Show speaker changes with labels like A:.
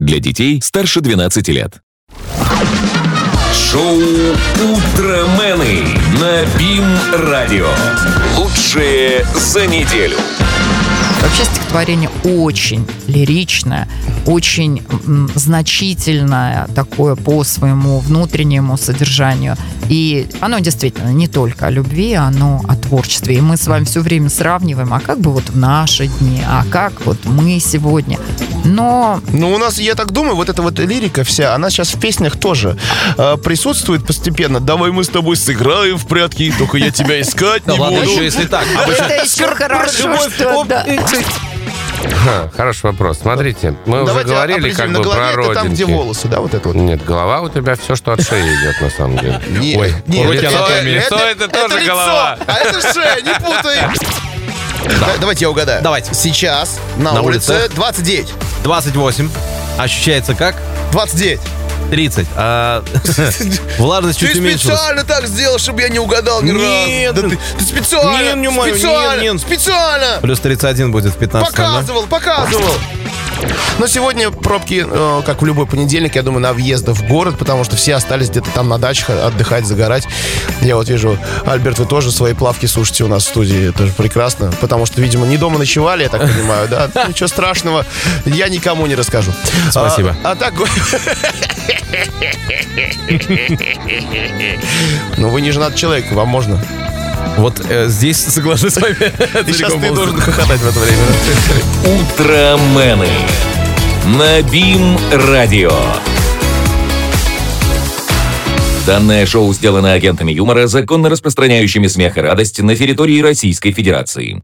A: Для детей старше 12 лет.
B: Шоу «Утромены» на БИМ-радио. Лучшее за неделю.
C: Вообще стихотворение очень лиричное, очень м, значительное такое по своему внутреннему содержанию. И оно действительно не только о любви, оно о творчестве. И мы с вами все время сравниваем, а как бы вот в наши дни, а как вот мы сегодня. Но
D: Ну, у нас, я так думаю, вот эта вот лирика вся, она сейчас в песнях тоже э, присутствует постепенно. Давай мы с тобой сыграем в прятки, только я тебя искать не
E: Да ладно,
D: буду.
E: еще если так.
D: А
C: это еще хорошо,
D: любовь,
C: что...
D: оп,
C: да.
F: Ха, Хороший вопрос. Смотрите, мы уже
D: Давайте
F: говорили
D: определим,
F: как
D: на
F: бы
D: голове
F: про
D: это там, где
F: родинки.
D: волосы, да, вот это вот.
F: Нет, голова у тебя все, что от шеи идет, на самом деле.
D: Нет,
F: Ой,
D: нет,
F: уроки
D: это-
F: анатомии.
D: это-
F: Лицо это тоже
D: лицо,
F: голова.
D: А это шея, не путай. Да, Давайте я угадаю.
E: Давайте.
D: Сейчас на,
E: На
D: улице
E: улицах.
D: 29.
E: 28. Ощущается как?
D: 29.
E: 30. А, влажность чуть
D: Ты
E: уменьшилась.
D: специально так сделал, чтобы я не угадал ни
E: Нет,
D: разу. Да
E: ну-
D: ты, ты специально,
E: Нет, не мою,
D: специально,
E: нет, нет.
D: специально.
E: Плюс 31 будет в 15. да?
D: Показывал, показывал. Но сегодня пробки, э, как в любой понедельник, я думаю, на въездах в город, потому что все остались где-то там на дачах отдыхать, загорать. Я вот вижу, Альберт, вы тоже свои плавки сушите у нас в студии. Это же прекрасно, потому что, видимо, не дома ночевали, я так понимаю, да? Ничего страшного, я никому не расскажу.
E: Спасибо.
D: А, а так... Ну, вы не женат человек, вам можно.
E: Вот э, здесь соглашусь с вами.
D: Сейчас
E: Целиком
D: ты
E: полностью.
D: должен хохотать в это время. да?
B: «Утромены» на БИМ-радио.
A: Данное шоу сделано агентами юмора, законно распространяющими смех и радость на территории Российской Федерации.